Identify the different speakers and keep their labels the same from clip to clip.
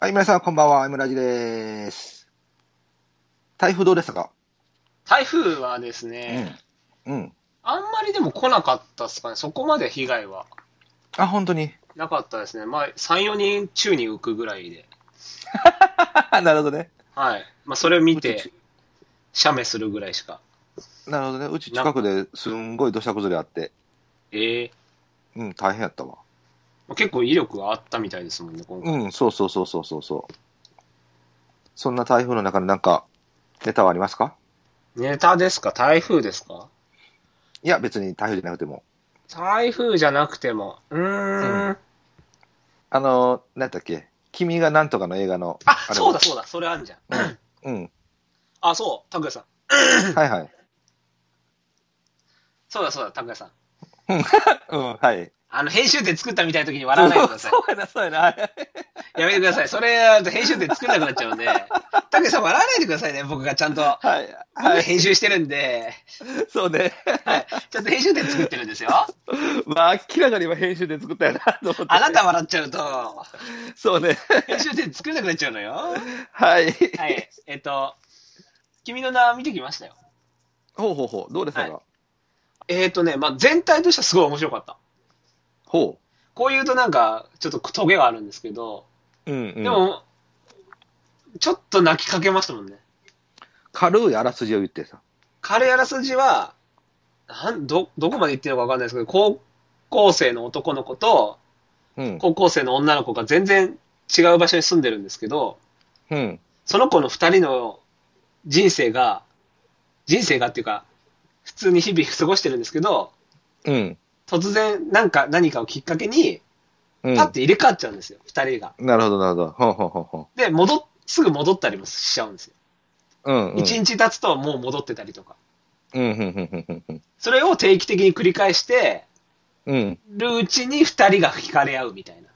Speaker 1: はい、皆さん、こんばんは。M ラジです。台風どうでしたか
Speaker 2: 台風はですね、
Speaker 1: うん。うん。
Speaker 2: あんまりでも来なかったですかね、そこまで被害は
Speaker 1: あ、本当に。
Speaker 2: なかったですね、まあ、3、4人宙に浮くぐらいで、
Speaker 1: なるほどね。
Speaker 2: はいまあ、それを見
Speaker 1: う
Speaker 2: て
Speaker 1: ち、
Speaker 2: 写メするぐらいしか、
Speaker 1: なるほどね。うち近くですんごい土砂崩れあって、
Speaker 2: えー
Speaker 1: うん、大変やったわ。
Speaker 2: まあ結構威力があったみたいですもんね、今回。
Speaker 1: うん、そうそうそうそうそうそう。そんな台風の中でなんか、ネタはありますか
Speaker 2: ネタですか、台風ですか
Speaker 1: いや、別に台風じゃなくても。
Speaker 2: 台風じゃなくても、うーん、
Speaker 1: うんあの、なんだっけ、君がなんとかの映画の、
Speaker 2: あ
Speaker 1: あれ
Speaker 2: そうだそうだ、それあんじゃん。
Speaker 1: うん、
Speaker 2: あ、そう、拓也さん。
Speaker 1: はいはい。
Speaker 2: そうだそうだ、拓也さん。
Speaker 1: うん、はい。
Speaker 2: あの、編集点作ったみたいな時に笑わないでください。
Speaker 1: そうやな、そうやな。はいはい
Speaker 2: やめてください。それやると編集点作んなくなっちゃうんで。たけさん笑わないでくださいね。僕がちゃんと。
Speaker 1: はい。
Speaker 2: 僕
Speaker 1: は
Speaker 2: が
Speaker 1: い、
Speaker 2: 編集してるんで。
Speaker 1: そうね。
Speaker 2: はい。ちゃんと編集点作ってるんですよ。
Speaker 1: まあ、明らかに今編集で作ったよなと思って。
Speaker 2: あなた笑っちゃうと、
Speaker 1: そうね。
Speaker 2: 編集点作れなくなっちゃうのよ。は
Speaker 1: はい。
Speaker 2: い。えっと、君の名は見てきましたよ。
Speaker 1: ほうほうほう。どうでしたか、
Speaker 2: はえっ、とね、まあ、全体としてはすごい面白かった。
Speaker 1: ほ
Speaker 2: こういうとなんか、ちょっとトゲがあるんですけど、
Speaker 1: う。うん、うん。
Speaker 2: でも、ちょっと泣きかけましたもんね。
Speaker 1: 軽いあらすじを言ってさ。
Speaker 2: 彼あらすじは、なんど、どこまで言ってるのかわかんないですけど、高校生の男の子と、
Speaker 1: うん。
Speaker 2: 高校生の女の子が全然違う場所に住んでるんですけど、
Speaker 1: うん。
Speaker 2: その子の二人の人生が、人生がっていうか、普通に日々過ごしてるんですけど、
Speaker 1: うん。
Speaker 2: 突然なんか何かをきっかけに、
Speaker 1: うん。
Speaker 2: パッて入れ替わっちゃうんですよ、二、人が。
Speaker 1: なるほど、なるほど。ほうほうほうほ
Speaker 2: で、戻っ、すぐ戻ったりもしちゃうんですよ。
Speaker 1: う。うん、うん。
Speaker 2: 一、日経つともう戻ってたりとか。
Speaker 1: うん、うん、うん、うんうん。
Speaker 2: それを定期的に繰り返して
Speaker 1: うん。
Speaker 2: るうちに二人が惹かれ合うみたいな。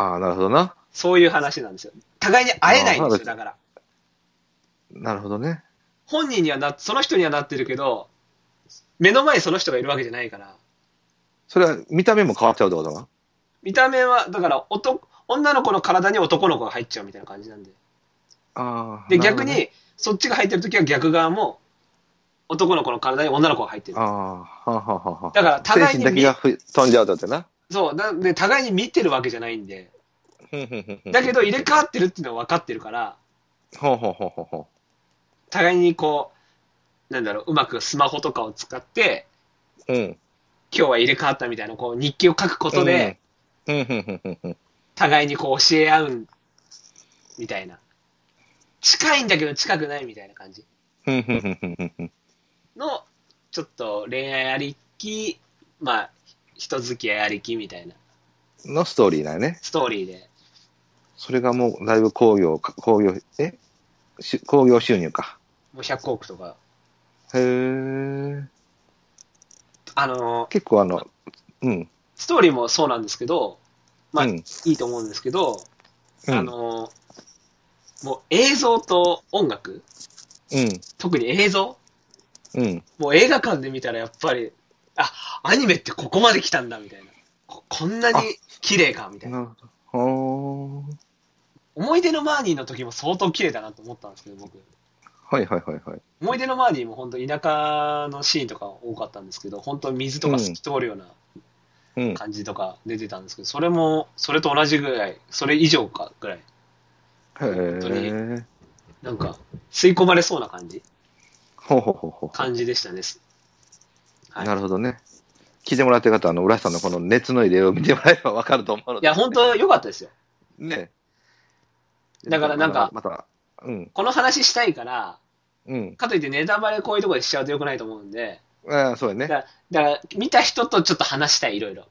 Speaker 1: ああ、なるほどな。
Speaker 2: そういう話なんですよ。互いに会えないんですよ、だから。
Speaker 1: なるほどね。
Speaker 2: 本人にはな、その人にはなってるけど、目の前にその人がいるわけじゃないから、
Speaker 1: それは見た目も変わっちゃうってことか
Speaker 2: 見た目は、だから男、女の子の体に男の子が入っちゃうみたいな感じなんで。
Speaker 1: ああ。
Speaker 2: で、
Speaker 1: なるほ
Speaker 2: 逆
Speaker 1: どね。
Speaker 2: に、そっちが入ってるときは逆側も、男の子の体に女の子が入ってる
Speaker 1: あ。あ、はあはあはあは
Speaker 2: だから、
Speaker 1: あ。精
Speaker 2: 互い
Speaker 1: 神
Speaker 2: に
Speaker 1: だけ
Speaker 2: 見
Speaker 1: が、ふ飛んじゃうだってな。
Speaker 2: そう、なんで、互いに見てるわけじゃないんで、
Speaker 1: うんうんうんうん
Speaker 2: だけど入れ替わってるっていうのは分かってるから、
Speaker 1: ほうほうほうほうほ
Speaker 2: 互いにこう、なんだろう、うまくスマホとかを使って、
Speaker 1: う。うん。
Speaker 2: 今日は入れ替わったみたいな、こう、日記を書くことで、
Speaker 1: うん。うん、うん、うん、うんうん。
Speaker 2: 互いにこう教え合うみたいな近いんだけど近くないみたいな感じ
Speaker 1: うん、うん、うんうんうんうん。
Speaker 2: のちょっと恋愛ありきまあ人付き合いありきみたいな
Speaker 1: のストーリーだよね。
Speaker 2: ストーリーで
Speaker 1: それがもうだいぶ工業、工業、えし工業収入か。
Speaker 2: もう100億とか
Speaker 1: へえ。
Speaker 2: あの
Speaker 1: 結構あの、うん。
Speaker 2: ストーリーもそうなんですけどまあ、
Speaker 1: うん
Speaker 2: いいと思うんですけど、
Speaker 1: うん
Speaker 2: あのもう映像と音楽
Speaker 1: うん。
Speaker 2: 特に映像
Speaker 1: うん。
Speaker 2: もう映画館で見たらやっぱりあアニメってここまで来たんだみたいなここんなに綺麗かみたいな
Speaker 1: なるほど。ほー
Speaker 2: 思い出のマーニーの時も相当綺麗だなと思ったんですけど、僕。
Speaker 1: はいはいはいはい。
Speaker 2: 思い出のマーニーも本当田舎のシーンとか多かったんですけど、本当水とか透き通るような
Speaker 1: うん。
Speaker 2: 感じとか出てたんですけど、それも、それと同じぐらい、それ以上かぐらい、当に
Speaker 1: へえ。
Speaker 2: なんか吸い込まれそうな感じ、
Speaker 1: ほうほうほうほ
Speaker 2: 感じでしたね。は
Speaker 1: う。
Speaker 2: い
Speaker 1: なるほどね。聞いてもらってる方、あの、浦井さんのこの熱の入れを見てもらえばわかると思うの
Speaker 2: い
Speaker 1: で。
Speaker 2: や、本当良かったですよ。
Speaker 1: ね。
Speaker 2: だからなんか
Speaker 1: また、またうん、
Speaker 2: この話したいから、
Speaker 1: うん。
Speaker 2: かといってネタバレこういうところでしちゃうと良くないと思うんで、
Speaker 1: ああ、そうやね。
Speaker 2: だから見た人とちょっと話したい、いろいろ。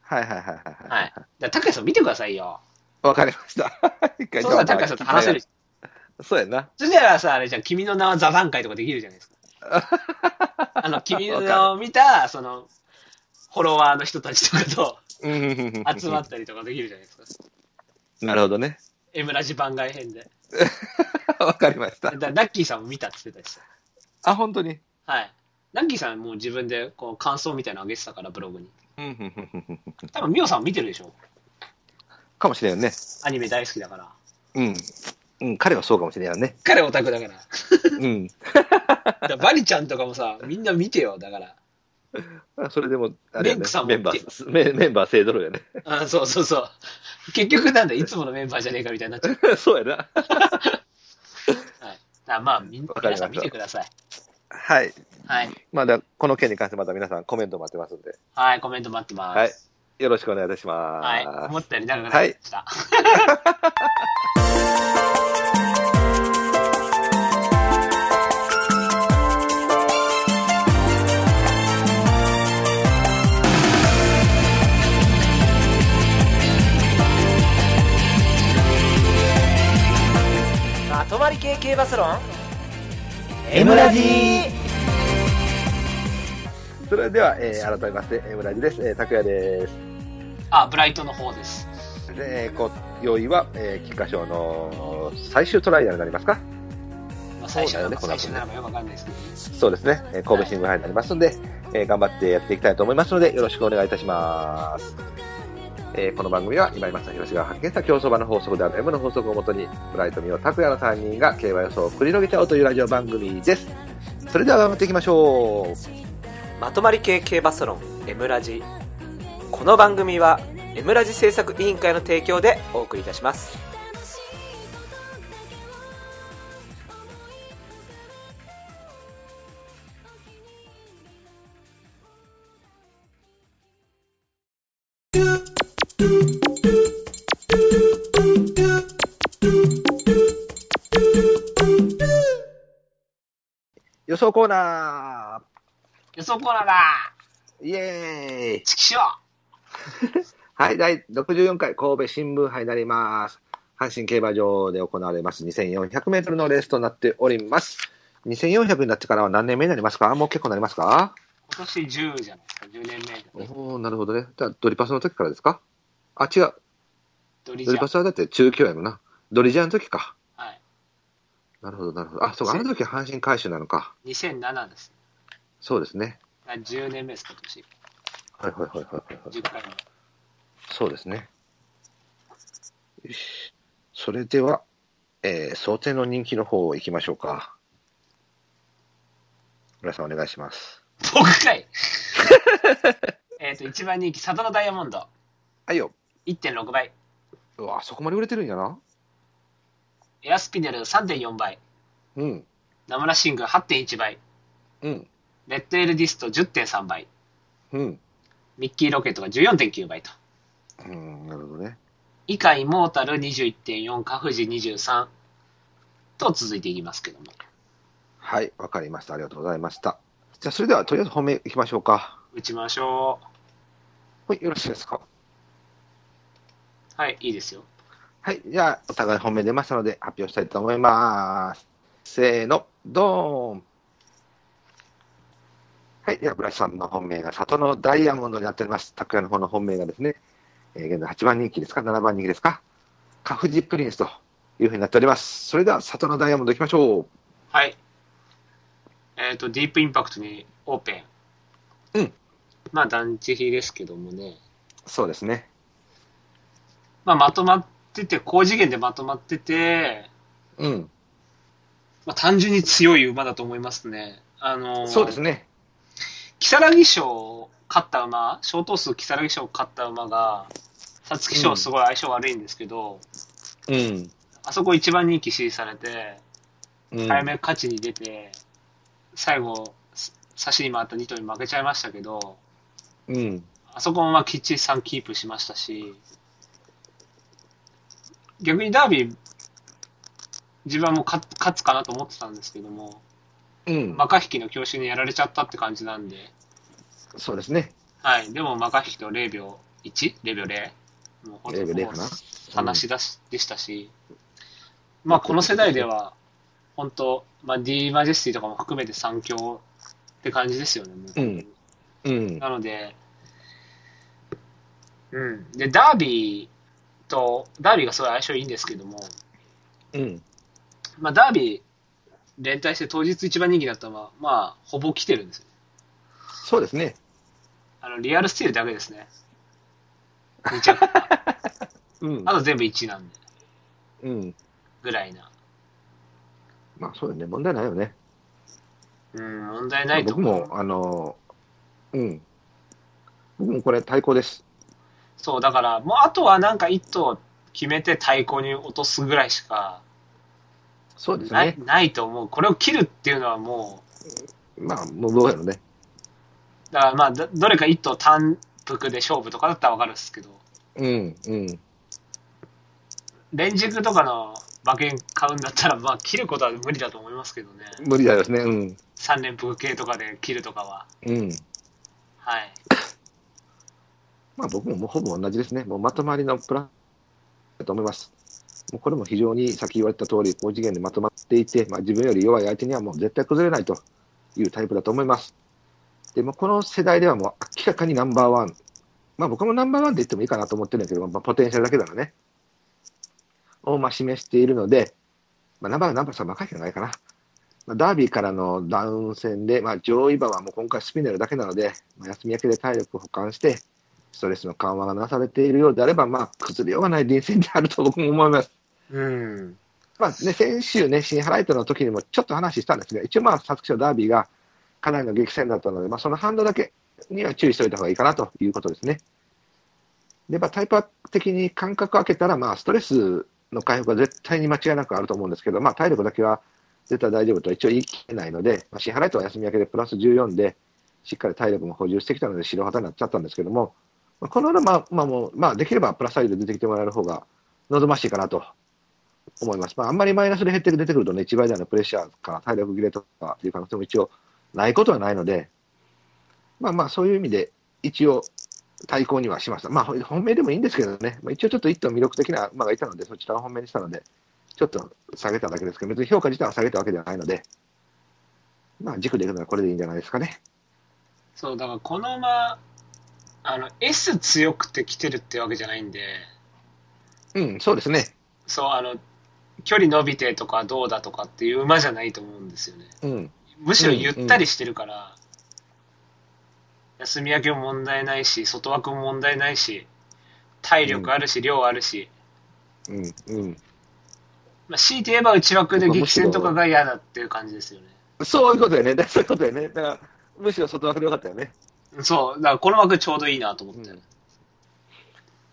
Speaker 1: はいはいはいはいは
Speaker 2: はいい。だから、高橋さん見てくださいよ。
Speaker 1: わかりました。 一回
Speaker 2: そうしたら高橋さんと話せる。
Speaker 1: そうやな。
Speaker 2: そしたらさ、あれじゃん、君の名は座談会とかできるじゃないです か。あの、君の名を見た、その、フォロワーの人たちとか と集
Speaker 1: 集
Speaker 2: まったりとかできるじゃないですか。
Speaker 1: なるほどね。
Speaker 2: エムラジ番外編で。
Speaker 1: わかりました
Speaker 2: だ。ラッキーさんも見たって言ってたし。
Speaker 1: あ、本当に。
Speaker 2: はい。ラッキーさんもう自分でこう感想みたいなの上げてたから、ブログに。
Speaker 1: うんうんうんうんうん
Speaker 2: 多分、ミオさんも見てるでしょ。
Speaker 1: かもしれんね。
Speaker 2: アニメ大好きだから。
Speaker 1: うん。うん、彼はそうかもしれんね。
Speaker 2: 彼オタクだから。
Speaker 1: うん。
Speaker 2: だからバリちゃんとかもさ、みんな見てよ、だから。
Speaker 1: あそれでも、あれ、
Speaker 2: メン
Speaker 1: ね
Speaker 2: クさん、も
Speaker 1: メンバー、メメンバー勢ぞろいよね。
Speaker 2: あそうそうそう。結局なんだ、いつものメンバーじゃねえかみたいになっちゃう。
Speaker 1: そうやな。
Speaker 2: はい、だからまあ、みん
Speaker 1: わかりました
Speaker 2: 皆さん見てください。
Speaker 1: はい。
Speaker 2: はい。
Speaker 1: まだ、この件に関してまた皆さんコメント待ってますんで、
Speaker 2: はい、コメント待ってま
Speaker 1: はい
Speaker 2: す。
Speaker 1: よろしくお願いいたします。
Speaker 2: はい。思ったより長くなりました。
Speaker 3: まとまり系系バスロン
Speaker 1: M ラジそれでは、えー改めまして、えー村地です。えー、拓也です。
Speaker 2: あ、ブライトの方です。
Speaker 1: で、えーこ、用意は、えー、菊花賞の最終トライアルになりますか
Speaker 2: まあ、最初なのか
Speaker 1: そうだよね
Speaker 2: 最初なのかよくわかんないですけど。
Speaker 1: そうですね。えー神戸新聞杯になりますんで、えー頑張ってやっていきたいと思いますので、よろしくお願いいたします。えーこの番組は今井正弘氏が発見した競走馬の法則である M の法則をもとに、ブライトミオ拓也の3人が競馬予想を繰り広げちゃおうというラジオ番組です。それでは頑張っていきましょう。
Speaker 3: まとまり系系バスロン M ラジこの番組は M ラジ制作委員会の提供でお送りいたします
Speaker 1: 予想コーナ
Speaker 2: 予想コーナーだ
Speaker 1: ーイエーイ
Speaker 2: チキショー
Speaker 1: はい、第64回神戸新聞杯になります。阪神競馬場で行われます2400メートルのレースとなっております。2400になってからは何年目になりますかもう結構なりますか
Speaker 2: 今年10じゃないですか、10年目で。
Speaker 1: おおなるほどね。じゃあドリパスの時からですかあ、違う。
Speaker 2: ドリジ
Speaker 1: ドリ
Speaker 2: ャ
Speaker 1: パ
Speaker 2: ン。
Speaker 1: スはだって中京やもんな。ドリジャーの時か。
Speaker 2: はい。
Speaker 1: なるほど、なるほど。あ、そうか。あの時阪神回収なのか。
Speaker 2: 2007です。
Speaker 1: そうですね。
Speaker 2: あ10年目です、今年。
Speaker 1: はいはいはいはいはい。
Speaker 2: 10回目。
Speaker 1: そうですね。よし。それでは、えー、想定の人気の方行きましょうか。皆さんお願いします。
Speaker 2: 僕かい えっと、一番人気、里のダイヤモンド。
Speaker 1: はいよ。
Speaker 2: 1.6倍。
Speaker 1: うわ、そこまで売れてるんやな。
Speaker 2: エアスピネル3.4倍。
Speaker 1: うん。
Speaker 2: ナムラシング8.1倍。
Speaker 1: うん。
Speaker 2: レッドエールディスト10.3倍。
Speaker 1: うん。
Speaker 2: ミッキーロケットが14.9倍と。
Speaker 1: うん、なるほどね。
Speaker 2: 以下、イモータル21.4、カフジ23と続いていきますけども。
Speaker 1: はい、わかりました。ありがとうございました。じゃあ、それでは、とりあえず本命行きましょうか。
Speaker 2: 打ちましょ
Speaker 1: はい、よろしいですか。
Speaker 2: う。はい、いいですよ。
Speaker 1: はい、じゃあ、お互い本命出ましたので、発表したいと思います。せーの、ドーンはい、では、村井さんの本命が、里のダイヤモンドになっております。拓也の方の本命がですね、えー現在8番人気ですか、7番人気ですか、カフジプリンスというふうになっております。それでは、里のダイヤモンド行きましょう。
Speaker 2: はい。えっ、と、ディープインパクトにオーペン。
Speaker 1: うん。
Speaker 2: まあ、団地比ですけどもね。
Speaker 1: そうですね。
Speaker 2: まあ、まとまってて、高次元でまとまってて、
Speaker 1: うん、
Speaker 2: まあ、単純に強い馬だと思いますね。あのー
Speaker 1: そうですね。
Speaker 2: キサラギ賞を勝った馬、小頭数キサラギ賞を勝った馬が、皐月賞すごい相性悪いんですけど、
Speaker 1: うん。
Speaker 2: あそこ一番人気支持されて、
Speaker 1: うん、
Speaker 2: 早め勝ちに出て、最後、す差しに回った2頭に負けちゃいましたけど、
Speaker 1: うん。
Speaker 2: あそこもまあきっちり3キープしましたし、逆にダービー、自分はもう勝勝つかなと思ってたんですけども、
Speaker 1: うん。
Speaker 2: マカヒキの強襲にやられちゃったって感じなんで、
Speaker 1: そうですね。
Speaker 2: はい、でもマカヒキと0秒 1?0 秒 0? もうほとん
Speaker 1: 0秒0
Speaker 2: ど
Speaker 1: かな
Speaker 2: 話し出しでしたし、まあこの世代では、本当、まあ、D マジェスティとかも含めて3強って感じですよね。も
Speaker 1: うんうん。
Speaker 2: なので、うん。で、ダービーと、ダービーがすごい相性いいんですけども、
Speaker 1: うん。
Speaker 2: まあ、ダービー連帯して当日一番人気だったのは、まあ、ほぼ来てるんですよ。
Speaker 1: そうですね。
Speaker 2: あの、リアルスティールだけですね。2着。
Speaker 1: うん
Speaker 2: あ。と全部1なんで、
Speaker 1: うん。
Speaker 2: ぐらいな。
Speaker 1: まあそうだね、問題ないよね。
Speaker 2: うん、問題ないと
Speaker 1: 僕
Speaker 2: 思う。
Speaker 1: も、あの、うん。僕もこれ対抗です。
Speaker 2: そう、だから、もうあとはなんか1頭決めて対抗に落とすぐらいしか
Speaker 1: そうです
Speaker 2: ない,、
Speaker 1: ね。
Speaker 2: ないと思う。これを切るっていうのはも
Speaker 1: まあ、無謀やろね。
Speaker 2: う、だからまあ、どどれか1頭単服で勝負とかだったらわかるんですけど、
Speaker 1: うん、うん。
Speaker 2: 連軸とかの馬券買うんだったら、まあ、切ることは無理だと思いますけどね。
Speaker 1: 無理だよね。うん。
Speaker 2: 3連服系とかで切るとかは。
Speaker 1: うん。
Speaker 2: はい。
Speaker 1: まあ僕ももうほぼ同じですね。もうまとまりのプランだと思います。もうこれも非常に先言われた通り、高次元でまとまっていて、まあ、自分より弱い相手にはもう絶対崩れないというタイプだと思います。でもうこの世代ではもう明らかにナンバーワン。まあ僕もナンバーワンで言ってもいいかなと思ってるんだけど、まあ、ポテンシャルだけだらね。をまあ示しているので、まあ、ナンバーワン、ナンバーさん若いじゃないかな。まあ、ダービーからのダウン戦で、まあ、上位馬はもう今回スピネルだけなので、まあ、休み明けで体力を保管して、ストレスの緩和がなされているようであれば、まあ、崩れようがない臨戦であると僕も思います。
Speaker 2: うん。
Speaker 1: まあね、先週ね、新ハライトの時にもちょっと話したんですが、一応まあ、皐月賞ダービーがかなりの激戦だったので、まあ、その反動だけには注意しておいた方がいいかなということですね。で、まあ、タイプ的に間隔を空けたら、まあ、ストレスの回復は絶対に間違いなくあると思うんですけど、まあ、体力だけは絶対大丈夫とは一応言い切れないので、まあ、新ハライトは休み明けでプラス14で、しっかり体力も補充してきたので、白旗になっちゃったんですけども、まあ、このまま、まあもう、まあ、できればプラスサイドで出てきてもらえる方が望ましいかなと思います。まあ、あんまりマイナスで減って出てくるとね、一倍台のプレッシャーから体力切れとかっていう可能性も一応ないことはないので、まあまあ、そういう意味で、一応、対抗にはしました。まあ、ほ本命でもいいんですけどね、まあ、一応ちょっと一頭魅力的な馬がいたので、そちらを本命にしたので、ちょっと下げただけですけど、別に評価自体は下げたわけではないので、まあ、軸でいくならこれでいいんじゃないですかね。
Speaker 2: そう、だからこの馬、あの、S 強くて来てるってわけじゃないんで、
Speaker 1: うん、そうですね。
Speaker 2: そう、あの、距離伸びてとかどうだとかっていう馬じゃないと思うんですよね。
Speaker 1: うん、
Speaker 2: むしろゆったりしてるから、休み明けも問題ないし、外枠も問題ないし、体力あるし、量あるし、
Speaker 1: うん、うん。
Speaker 2: まあ、強いて言えば内枠で激戦とかが嫌だっていう感じですよね。
Speaker 1: そういうことだよね。 だそういうことだよね。だから、むしろ外枠でよかったよね。
Speaker 2: そう、だからこの枠ちょうどいいなと思って。
Speaker 1: うん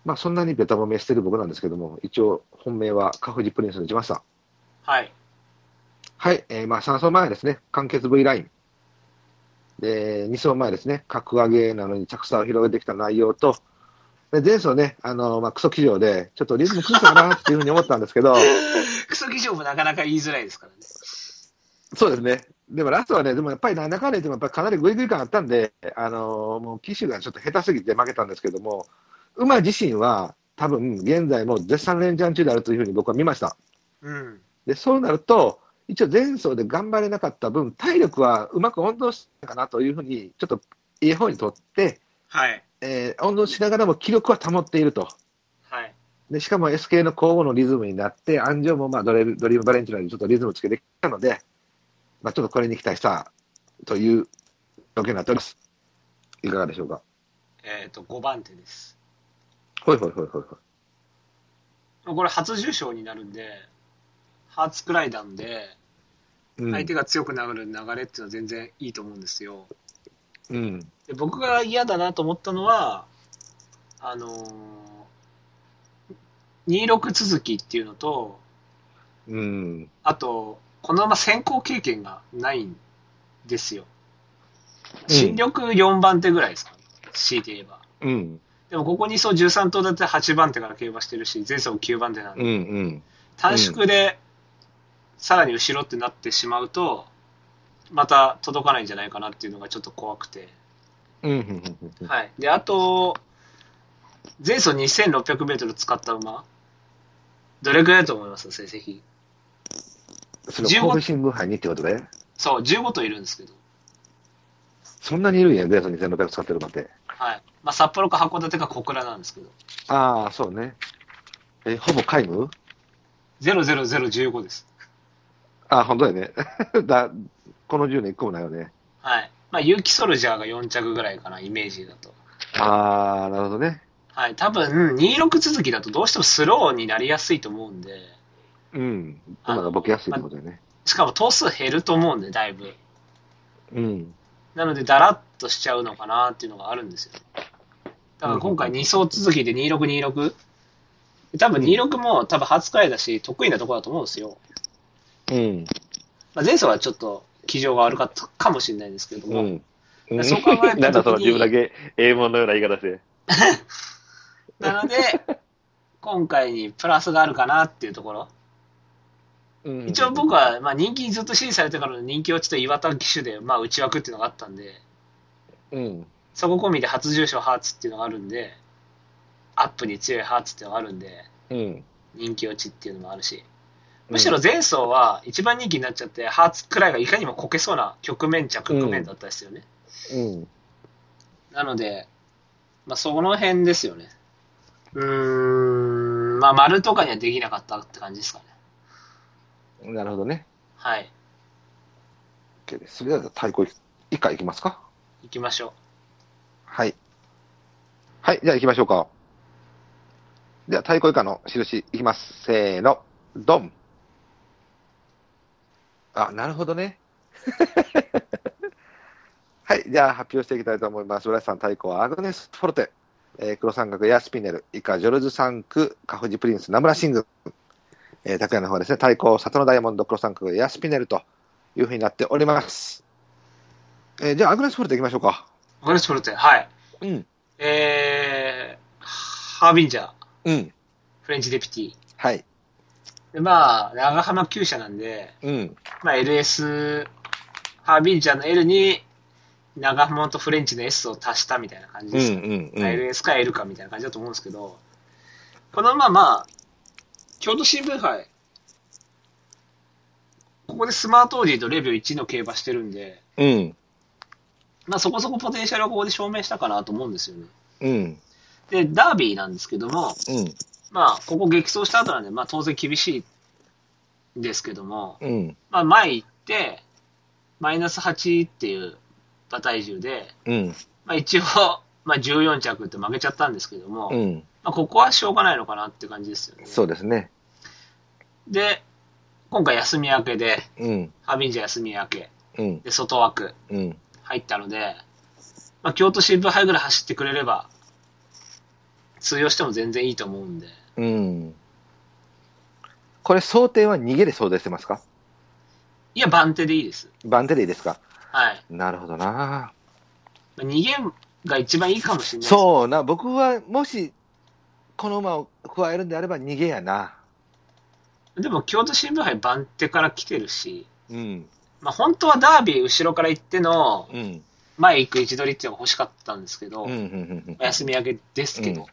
Speaker 1: まあ、そんなにベタ褒めしてる僕なんですけども、一応、本命はカフジプリンスに打ちました。
Speaker 2: はい。
Speaker 1: はい、えーまあ、3走前ですね、完結 V ライン。で、2走前ですね、格上げなのに着差を広げてきた内容と、で前走ね、あのまあ、クソ騎乗で、ちょっとリズム崩したかなっていうふうに思ったんですけど、
Speaker 2: クソ基準もなかなか言いづらいですからね。
Speaker 1: そうですね。でもラストはね、でもやっぱりなんだかんだ言ってもやっぱりかなりグイグイ感あったんで、あのーもう機種がちょっと下手すぎて負けたんですけども、馬自身は多分現在も絶賛連チャン中であるというふうに僕は見ました。
Speaker 2: うん。
Speaker 1: で、そうなると、一応前走で頑張れなかった分、体力はうまく温存したかなというふうに、ちょっといい方にとって、
Speaker 2: はい。
Speaker 1: えー温存しながらも気力は保っていると。
Speaker 2: はい。
Speaker 1: で、しかも SK の交互のリズムになって、安城もまあドレルドリームバレンチュラにちょっとリズムつけてきたので、まあ、ちょっとこれに期待したという状況になっております。いかがでしょうか。
Speaker 2: えっ、と、5番手です。
Speaker 1: ほいほいほいほいほい。
Speaker 2: これ初重賞になるんで、ハーツくらいなんで、
Speaker 1: うん、
Speaker 2: 相手が強くなる流れっていうのは全然いいと思うんですよ。
Speaker 1: うん。
Speaker 2: で僕が嫌だなと思ったのは、あのー、26続きっていうのと、
Speaker 1: うん。
Speaker 2: あと、このまま先行経験がないんですよ。
Speaker 1: ん
Speaker 2: 新緑4番手ぐらいですか、ね、強いて言えば。
Speaker 1: うん。
Speaker 2: でもここ2走13頭だって8番手から競馬してるし、前走9番手なんで、
Speaker 1: うん。うん。
Speaker 2: 短縮でさらに後ろってなってしまうと、また届かないんじゃないかなっていうのがちょっと怖くて。
Speaker 1: うん。うん。うん
Speaker 2: はい。で、あと、前走2600メートル使った馬、どれくらいだと思います成績。
Speaker 1: それ、神戸新聞杯にってことで、
Speaker 2: そう、15頭いるんですけど。
Speaker 1: そんなにいるんや、グレート2600使ってるのって。
Speaker 2: はい。まあ、札幌か函館か小倉なんですけど。
Speaker 1: ああ、そうね。え、ほぼ皆無
Speaker 2: 00015です。
Speaker 1: ああ、本当だよね。 だ、この10年一個もないよね。
Speaker 2: はい。まあ、有機ソルジャーが4着ぐらいかな、イメージだと。
Speaker 1: ああ、なるほどね。
Speaker 2: はい、多分、26続きだとどうしてもスローになりやすいと思うんで、
Speaker 1: うん。今がボケやすいってことだよね。
Speaker 2: しかも頭数減ると思うんで、だいぶ。
Speaker 1: うん。
Speaker 2: なので、だらっとしちゃうのかなっていうのがあるんですよ。だから今回2層続きで2626。多分26も多分初回だし、得意なところだと思うんですよ。
Speaker 1: うん。
Speaker 2: まあ、前走はちょっと、気丈が悪かったかもしれないですけども、
Speaker 1: うん。
Speaker 2: そう考えた時に
Speaker 1: なんだその自分だけ、英文のような言い方して。
Speaker 2: なので、 今回にプラスがあるかなっていうところ。
Speaker 1: うん
Speaker 2: 一応僕、は、まあ、人気にずっと支持されてからの人気落ちと岩田機種で、まあ、内枠っていうのがあったんで、
Speaker 1: うん。
Speaker 2: そこ込みで初重賞ハーツっていうのがあるんで、アップに強いハーツっていうのがあるんで、
Speaker 1: うん。
Speaker 2: 人気落ちっていうのもあるし、むしろ前走は一番人気になっちゃって、ハーツくらいがいかにもこけそうな局面着局面だったですよね。
Speaker 1: うん。
Speaker 2: なので、まあ、その辺ですよね。うーん、まあ、丸とかにはできなかったって感じですかね。
Speaker 1: なるほどね。
Speaker 2: はい。
Speaker 1: OK です。それでは太鼓以下いきますか。
Speaker 2: 行きましょ
Speaker 1: はい。はい、じゃあ行きましょうか。では、太鼓以下の印いきます。せーの、ドン。あ、なるほどね。 はい、じゃあ発表していきたいと思います。浦井さん、太鼓はアグネス・フォルテ、えー黒三角やスピネル、以下、ジョルズ・サンク、カフジ・プリンス、名村シング、えー、拓也の方はですね、太鼓、里のダイヤモンド、黒三角やスピネルというふうになっております。えーじゃあ、アグネス・フォルテいきましょうか。
Speaker 2: う。ゴルスプルテ、はい。
Speaker 1: うん。
Speaker 2: えー、ハービンジャー、
Speaker 1: うん。
Speaker 2: フレンチデピティ。
Speaker 1: はい。
Speaker 2: で、まあ、長浜厩舎なんで、
Speaker 1: うん。
Speaker 2: まあ、LS、ハービンジャーの L に、長浜とフレンチの S を足したみたいな感じ
Speaker 1: うん。う
Speaker 2: ですかね。
Speaker 1: ん。
Speaker 2: まあ LS か L かみたいな感じだと思うんですけど、このまあまあ、京都新聞杯、ここでスマートオーディとレビュー1の競馬してるんで、
Speaker 1: うん。
Speaker 2: まあそこそこポテンシャルをここで証明したかなと思うんですよね。
Speaker 1: うん。
Speaker 2: で、ダービーなんですけど
Speaker 1: う
Speaker 2: も、
Speaker 1: ん。
Speaker 2: まあ、ここ激走した後なんで、まあ当然厳しいんですけども、
Speaker 1: うん。
Speaker 2: まあ前行って、マイナス8っていう馬体重で、
Speaker 1: うん。
Speaker 2: まあ一応、まあ14着って負けちゃったんですけども、
Speaker 1: うん。
Speaker 2: まあここはしょうがないのかなって感じですよね。
Speaker 1: そうですね。
Speaker 2: で、今回休み明けで、
Speaker 1: うん。
Speaker 2: ハビンジャ休み明け、
Speaker 1: うん。
Speaker 2: で、外枠
Speaker 1: うん。
Speaker 2: 入ったので、まあ京都新聞杯ぐらい走ってくれれば、通用しても全然いいと思うんで、
Speaker 1: うん。これ、想定は逃げで想定してますか
Speaker 2: いや、番手でいいです。
Speaker 1: 番手でいいですか
Speaker 2: はい。
Speaker 1: なるほどな。
Speaker 2: まあ、逃げが一番いいかもしれないです
Speaker 1: そうな、僕は、もし、この馬を加えるんであれば逃げやな。
Speaker 2: でも京都新聞杯番手から来てるし、
Speaker 1: うん。
Speaker 2: まあ、本当はダービー後ろから行っての
Speaker 1: うん。
Speaker 2: 前行く位置取りっていうのが欲しかったんですけど、
Speaker 1: うん。う
Speaker 2: ま
Speaker 1: ん。
Speaker 2: あ休み明けですけど、
Speaker 1: うん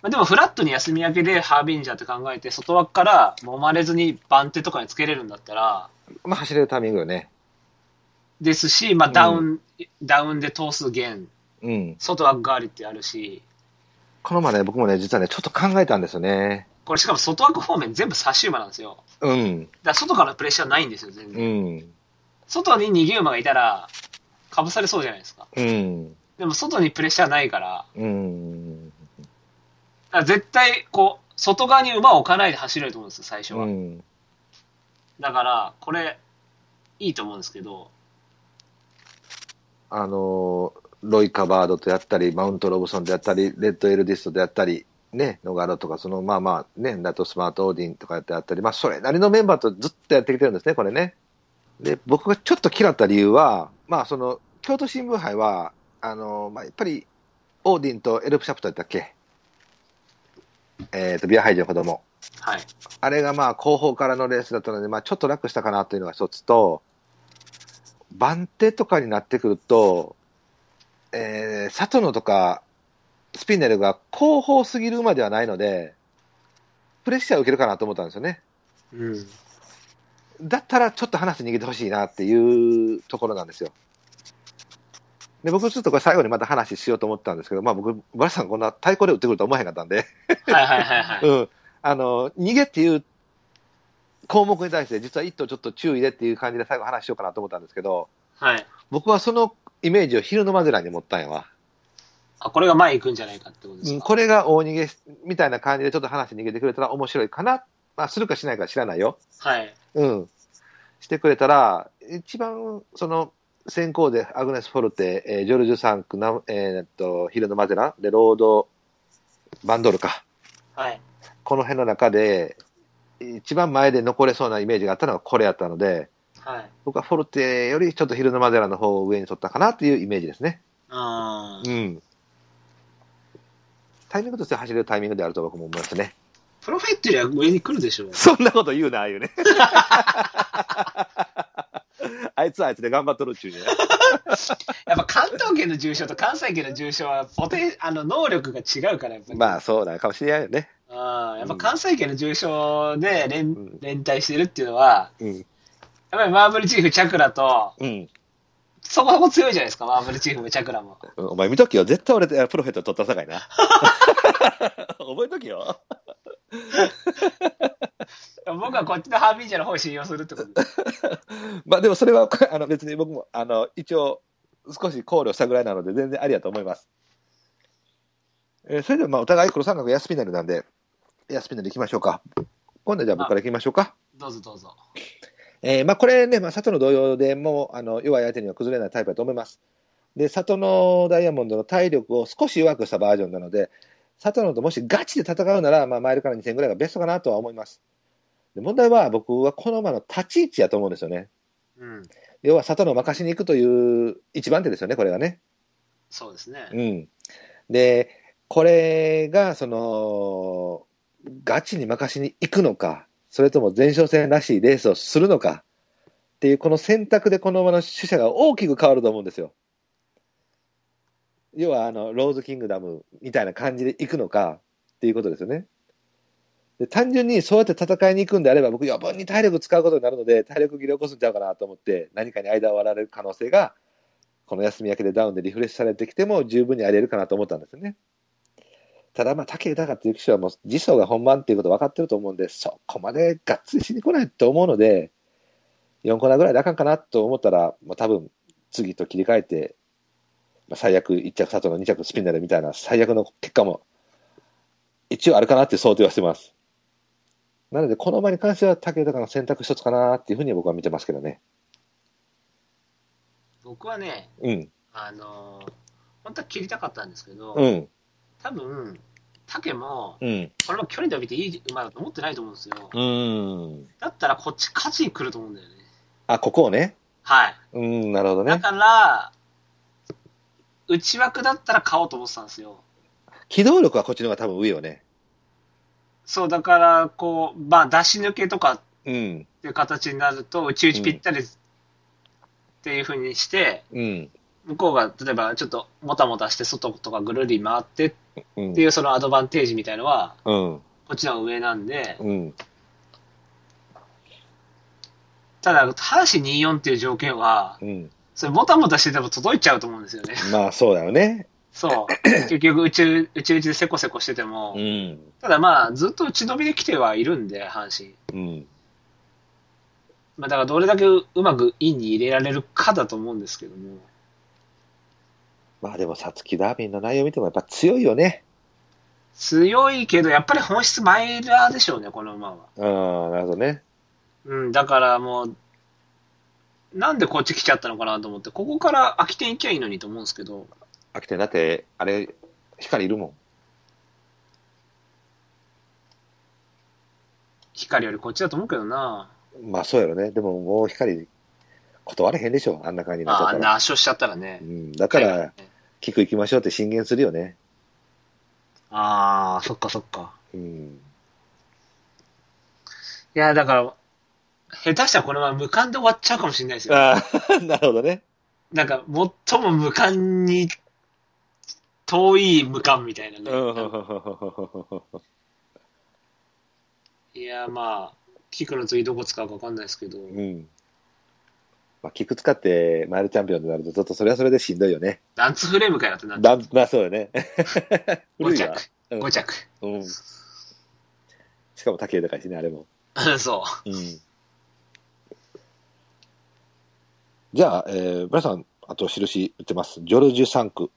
Speaker 2: まあ、でもフラットに休み明けでハービンジャーって考えて外枠から揉まれずに番手とかにつけれるんだったら
Speaker 1: まあ、走れるタイミングよね。
Speaker 2: ですし、まあ、ダウン、ダウンで通す減
Speaker 1: うん。
Speaker 2: 外枠代わりってあるし
Speaker 1: この馬ね、僕もね、実はね、ちょっと考えたんですよね。
Speaker 2: これしかも外枠方面全部差し馬なんですよ
Speaker 1: うん。
Speaker 2: だから外からのプレッシャーないんですよ全然、
Speaker 1: うん。
Speaker 2: 外に逃げ馬がいたらかぶされそうじゃないですか
Speaker 1: うん。
Speaker 2: でも外にプレッシャーないから、
Speaker 1: うん。
Speaker 2: だから絶対、こう、外側に馬を置かないで走れると思うんですよ、最初
Speaker 1: う
Speaker 2: は。
Speaker 1: ん。
Speaker 2: だから、これ、いいと思うんですけど、
Speaker 1: あのロイ・カバードとやったり、マウント・ロブソンでやったり、レッド・エルディストでやったり、ね、ノガロとか、そのまあまあ、ね、ラトスマート・オーディンとかやってあったり、まあ、それなりのメンバーとずっとやってきてるんですね、これね。で、僕がちょっと嫌った理由は、まあ、その、京都新聞杯は、あのまあ、やっぱり、オーディンとエルプシャプトやったっけえっ、と、ビアハイジの子供。
Speaker 2: はい。
Speaker 1: あれがまあ後方からのレースだったので、まあ、ちょっと楽したかなというのが一つと、番手とかになってくると、えー、佐藤野とかスピネルが後方すぎる馬ではないので、プレッシャーを受けるかなと思ったんですよね。
Speaker 2: うん。
Speaker 1: だったらちょっと話逃げてほしいなっていうところなんですよ。で僕ちょっとこれ最後にまた話しようと思ったんですけど、まあ僕、バラさんこんな太鼓で打ってくると思わへんかったんで、
Speaker 2: はいはいはいはい。
Speaker 1: うん、あの逃げっていう項目に対して、実は一頭ちょっと注意でっていう感じで最後話しようかなと思ったんですけど、
Speaker 2: はい。
Speaker 1: 僕はそのイメージを昼のマゼラに持ったんやわ。
Speaker 2: あ、これが前行くんじゃないかってことで
Speaker 1: う
Speaker 2: す
Speaker 1: ん
Speaker 2: か。
Speaker 1: これが大逃げみたいな感じでちょっと話逃げてくれたら面白いかな。まあ、するかしないか知らないよ。
Speaker 2: はい。
Speaker 1: うん。してくれたら、一番、その、先行でアグネス・フォルテ、えージョルジュ・サンク、ナえーっと、ヒルノ・マゼラン、で、ロード・バンドルか。
Speaker 2: はい。
Speaker 1: この辺の中で、一番前で残れそうなイメージがあったのがこれやったので、
Speaker 2: はい。
Speaker 1: 僕はフォルテよりちょっとヒルノ・マゼランの方を上に取ったかなというイメージですね。
Speaker 2: あー
Speaker 1: うん。タイミングとして走れるタイミングであると僕も思いますね。
Speaker 2: プロフェットよりは上に来るでしょう。
Speaker 1: そんなこと言うな、ああいうね。 あいつはあいつで頑張っとるっちゅうね。
Speaker 2: やっぱ関東圏の重症と関西圏の重症はポテン、あの、能力が違うから、やっぱり。
Speaker 1: まあ、そうなかもしれないよね。
Speaker 2: あーやっぱ関西圏の重症で連,、
Speaker 1: うん
Speaker 2: 連帯してるっていうのは、
Speaker 1: うん。
Speaker 2: やっぱりマーブルチーフ、チャクラと、
Speaker 1: うん。
Speaker 2: そこそこ強いじゃないですか、マーブルチーフもチャクラも。
Speaker 1: お前見ときよ。絶対俺、プロフェット取ったさかいな。 覚えときよ。
Speaker 2: 僕はこっちのハービンジャーの方を信用するってことです。
Speaker 1: まあ、でもそれは、 あの、別に僕も、あの、一応、少し考慮したぐらいなので、全然ありやと思います。えーそれでは、まあ、お互い黒三角休みなりなんで、休みなり行きましょうか。今度はじゃあ僕から行きましょうか。
Speaker 2: どうぞどうぞ。
Speaker 1: えーまあ、これね、まあ、里の同様でもうあの弱い相手には崩れないタイプだと思います。で、里のダイヤモンドの体力を少し弱くしたバージョンなので、里のともしガチで戦うなら、まあ、マイルから2000ぐらいがベストかなとは思います。で問題は僕はこの馬の立ち位置やと思うんですよね。
Speaker 2: うん。
Speaker 1: 要は里の任しに行くという一番手ですよね、これがね。
Speaker 2: そうですね。
Speaker 1: うん、で、これがそのガチに任しに行くのか、それとも前哨戦らしいレースをするのかっていう、この選択でこの馬の主者が大きく変わると思うんですよ。要はあのローズキングダムみたいな感じで行くのかっていうことですよね。で単純にそうやって戦いに行くんであれば、僕、余分に体力使うことになるので、体力切れ起こすんちゃうかなと思って、何かに間を割られる可能性がこの休み明けでダウンでリフレッシュされてきても十分にあり得るかなと思ったんですよね。ただ、まあ、武豊っていう騎手はもう次走が本番っていうこと分かってると思うんで、そこまでがっつりしに来ないと思うので、4コーナーぐらいであかんかなと思ったら、まあ、多分次と切り替えて、まあ、最悪1着佐藤の2着スピンダルみたいな最悪の結果も一応あるかなっていう想定はしてます。なので、この馬に関しては武豊の選択一つかなっていうふうに僕は見てますけどね。
Speaker 2: 僕はね、
Speaker 1: うん、
Speaker 2: あのー本当は切りたかったんですけど、
Speaker 1: うん、
Speaker 2: 多分、タケも、
Speaker 1: うん、
Speaker 2: これも距離で伸びていい馬だと思ってないと思うんですよ。
Speaker 1: うん。
Speaker 2: だったらこっち勝ちに来ると思うんだよね。
Speaker 1: あ、ここをね。
Speaker 2: はい。
Speaker 1: うん、なるほど
Speaker 2: だ
Speaker 1: ね。
Speaker 2: から、内枠だったら買おうと思ってたんですよ。
Speaker 1: 機動力はこっちの方が多分上よね。
Speaker 2: そう、だから、こう、まあ、出し抜けとかっ
Speaker 1: うん、
Speaker 2: ていう形になると、内々ぴったりっていう風にして、
Speaker 1: うん、
Speaker 2: 向こうが、例えば、ちょっと、もたもたして、外とかぐるり回ってっ
Speaker 1: うん
Speaker 2: てい、う、そのアドバンテージみたいのは、
Speaker 1: うん、
Speaker 2: こっちの方が上なんで、
Speaker 1: うん。
Speaker 2: ただ、阪神24っていう条件は、
Speaker 1: うん、
Speaker 2: それ、もたもたしてても届いちゃうと思うんですよね。
Speaker 1: まあそうだよね。
Speaker 2: そう。結局、うちう、うちうちでせこせこしてても、
Speaker 1: うん、
Speaker 2: ただまあ、ずっと打ち延びできてはいるんで、阪神。
Speaker 1: うん、
Speaker 2: まあ、だからどれだけうまくインに入れられるかだと思うんですけども。
Speaker 1: まあでも、さつきダービーの内容見てもやっぱ強いよね。
Speaker 2: 強いけど、やっぱり本質マイラーでしょうね、この馬は。
Speaker 1: うん、なるほどね。
Speaker 2: うん、だからもう、なんでこっち来ちゃったのかなと思って、ここから空き店行きゃいいのにと思うんですけど、
Speaker 1: 秋田だって、あれ、光いるもん。
Speaker 2: 光よりこっちだと思うけどな。
Speaker 1: まあそうやろね。でももう光、断れへんでしょ。あんな感じになっちゃ
Speaker 2: あ
Speaker 1: っ
Speaker 2: あ、
Speaker 1: た
Speaker 2: 圧
Speaker 1: ら。
Speaker 2: 勝しちゃったらね
Speaker 1: う。ん、だから、
Speaker 2: ね
Speaker 1: 菊行きましょうって進言するよね。
Speaker 2: ああ、そっかそっか。
Speaker 1: うん。
Speaker 2: いや、だから、下手したらこれは無冠で終わっちゃうかもしれないですよ。
Speaker 1: ああ、 なるほどね。
Speaker 2: なんか、最も無冠に遠い無冠みたいなね。
Speaker 1: う
Speaker 2: いや、まあ、キクの次どこ使うか分かんないですけど、
Speaker 1: ん。まあ、菊使ってマイルチャンピオンになると、ちょっとそれはそれでしんどいよね。
Speaker 2: ダンツフレームかよってなって、
Speaker 1: だん まあそうよね。
Speaker 2: 5
Speaker 1: 古いわ
Speaker 2: 着、
Speaker 1: うん
Speaker 2: 5着。
Speaker 1: うん。しかも竹豊いしね、あれも。
Speaker 2: そ
Speaker 1: うん。じゃあ、えー、皆さん、あと印打ってます。ジョルジュ・サンク。
Speaker 2: う。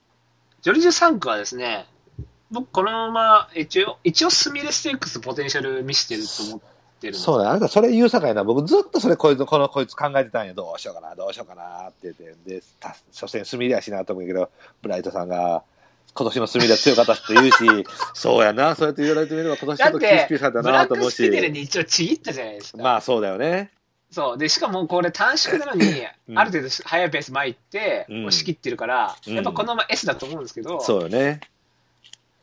Speaker 2: ジョルジュ・サンクはですね、僕このまま一応、一応スミレステークスポテンシャル見せてると思ってるの
Speaker 1: そうだ、あなたそれ言うさかいな。僕ずっとそれこいつ、このこいつ考えてたんや。どうしようかな、どうしようかなって言って。で、た所詮スミレやしなと思うけど、ブライトさんが、今年のスミレは強かったって言う し、そうやな、そうやって言われてみれば今年ちょ
Speaker 2: だ
Speaker 1: っ
Speaker 2: っ
Speaker 1: と
Speaker 2: て
Speaker 1: キースピーさんだ
Speaker 2: ブラ
Speaker 1: な
Speaker 2: ッ
Speaker 1: と思う
Speaker 2: クスピデル
Speaker 1: し。
Speaker 2: に一応ちぎったじゃないですか。
Speaker 1: まあそうだよね。
Speaker 2: そう。で、しかもこれ短縮なのに、
Speaker 1: うん
Speaker 2: ある程度速いペース前行って、
Speaker 1: うん
Speaker 2: 押し切ってるから、
Speaker 1: うん
Speaker 2: やっぱこのまま S だと思うんですけど、
Speaker 1: そうよね。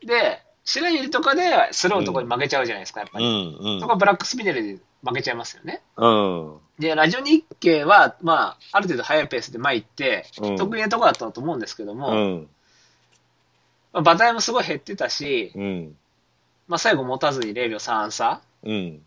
Speaker 2: で、白百合とかでスローのところに負けちゃうじゃないですか、やっぱ
Speaker 1: う
Speaker 2: り。
Speaker 1: ん、うん
Speaker 2: そこはブラックスピデルで負けちゃいますよね。
Speaker 1: うん。
Speaker 2: で、ラジオ日経は、まあ、ある程度速いペースで前行って、
Speaker 1: うん
Speaker 2: 得意なところだったと思うんですけども、
Speaker 1: うん。
Speaker 2: まあ、馬体もすごい減ってたし、
Speaker 1: うん。
Speaker 2: まあ、最後持たずに0秒3差。だか
Speaker 1: うん。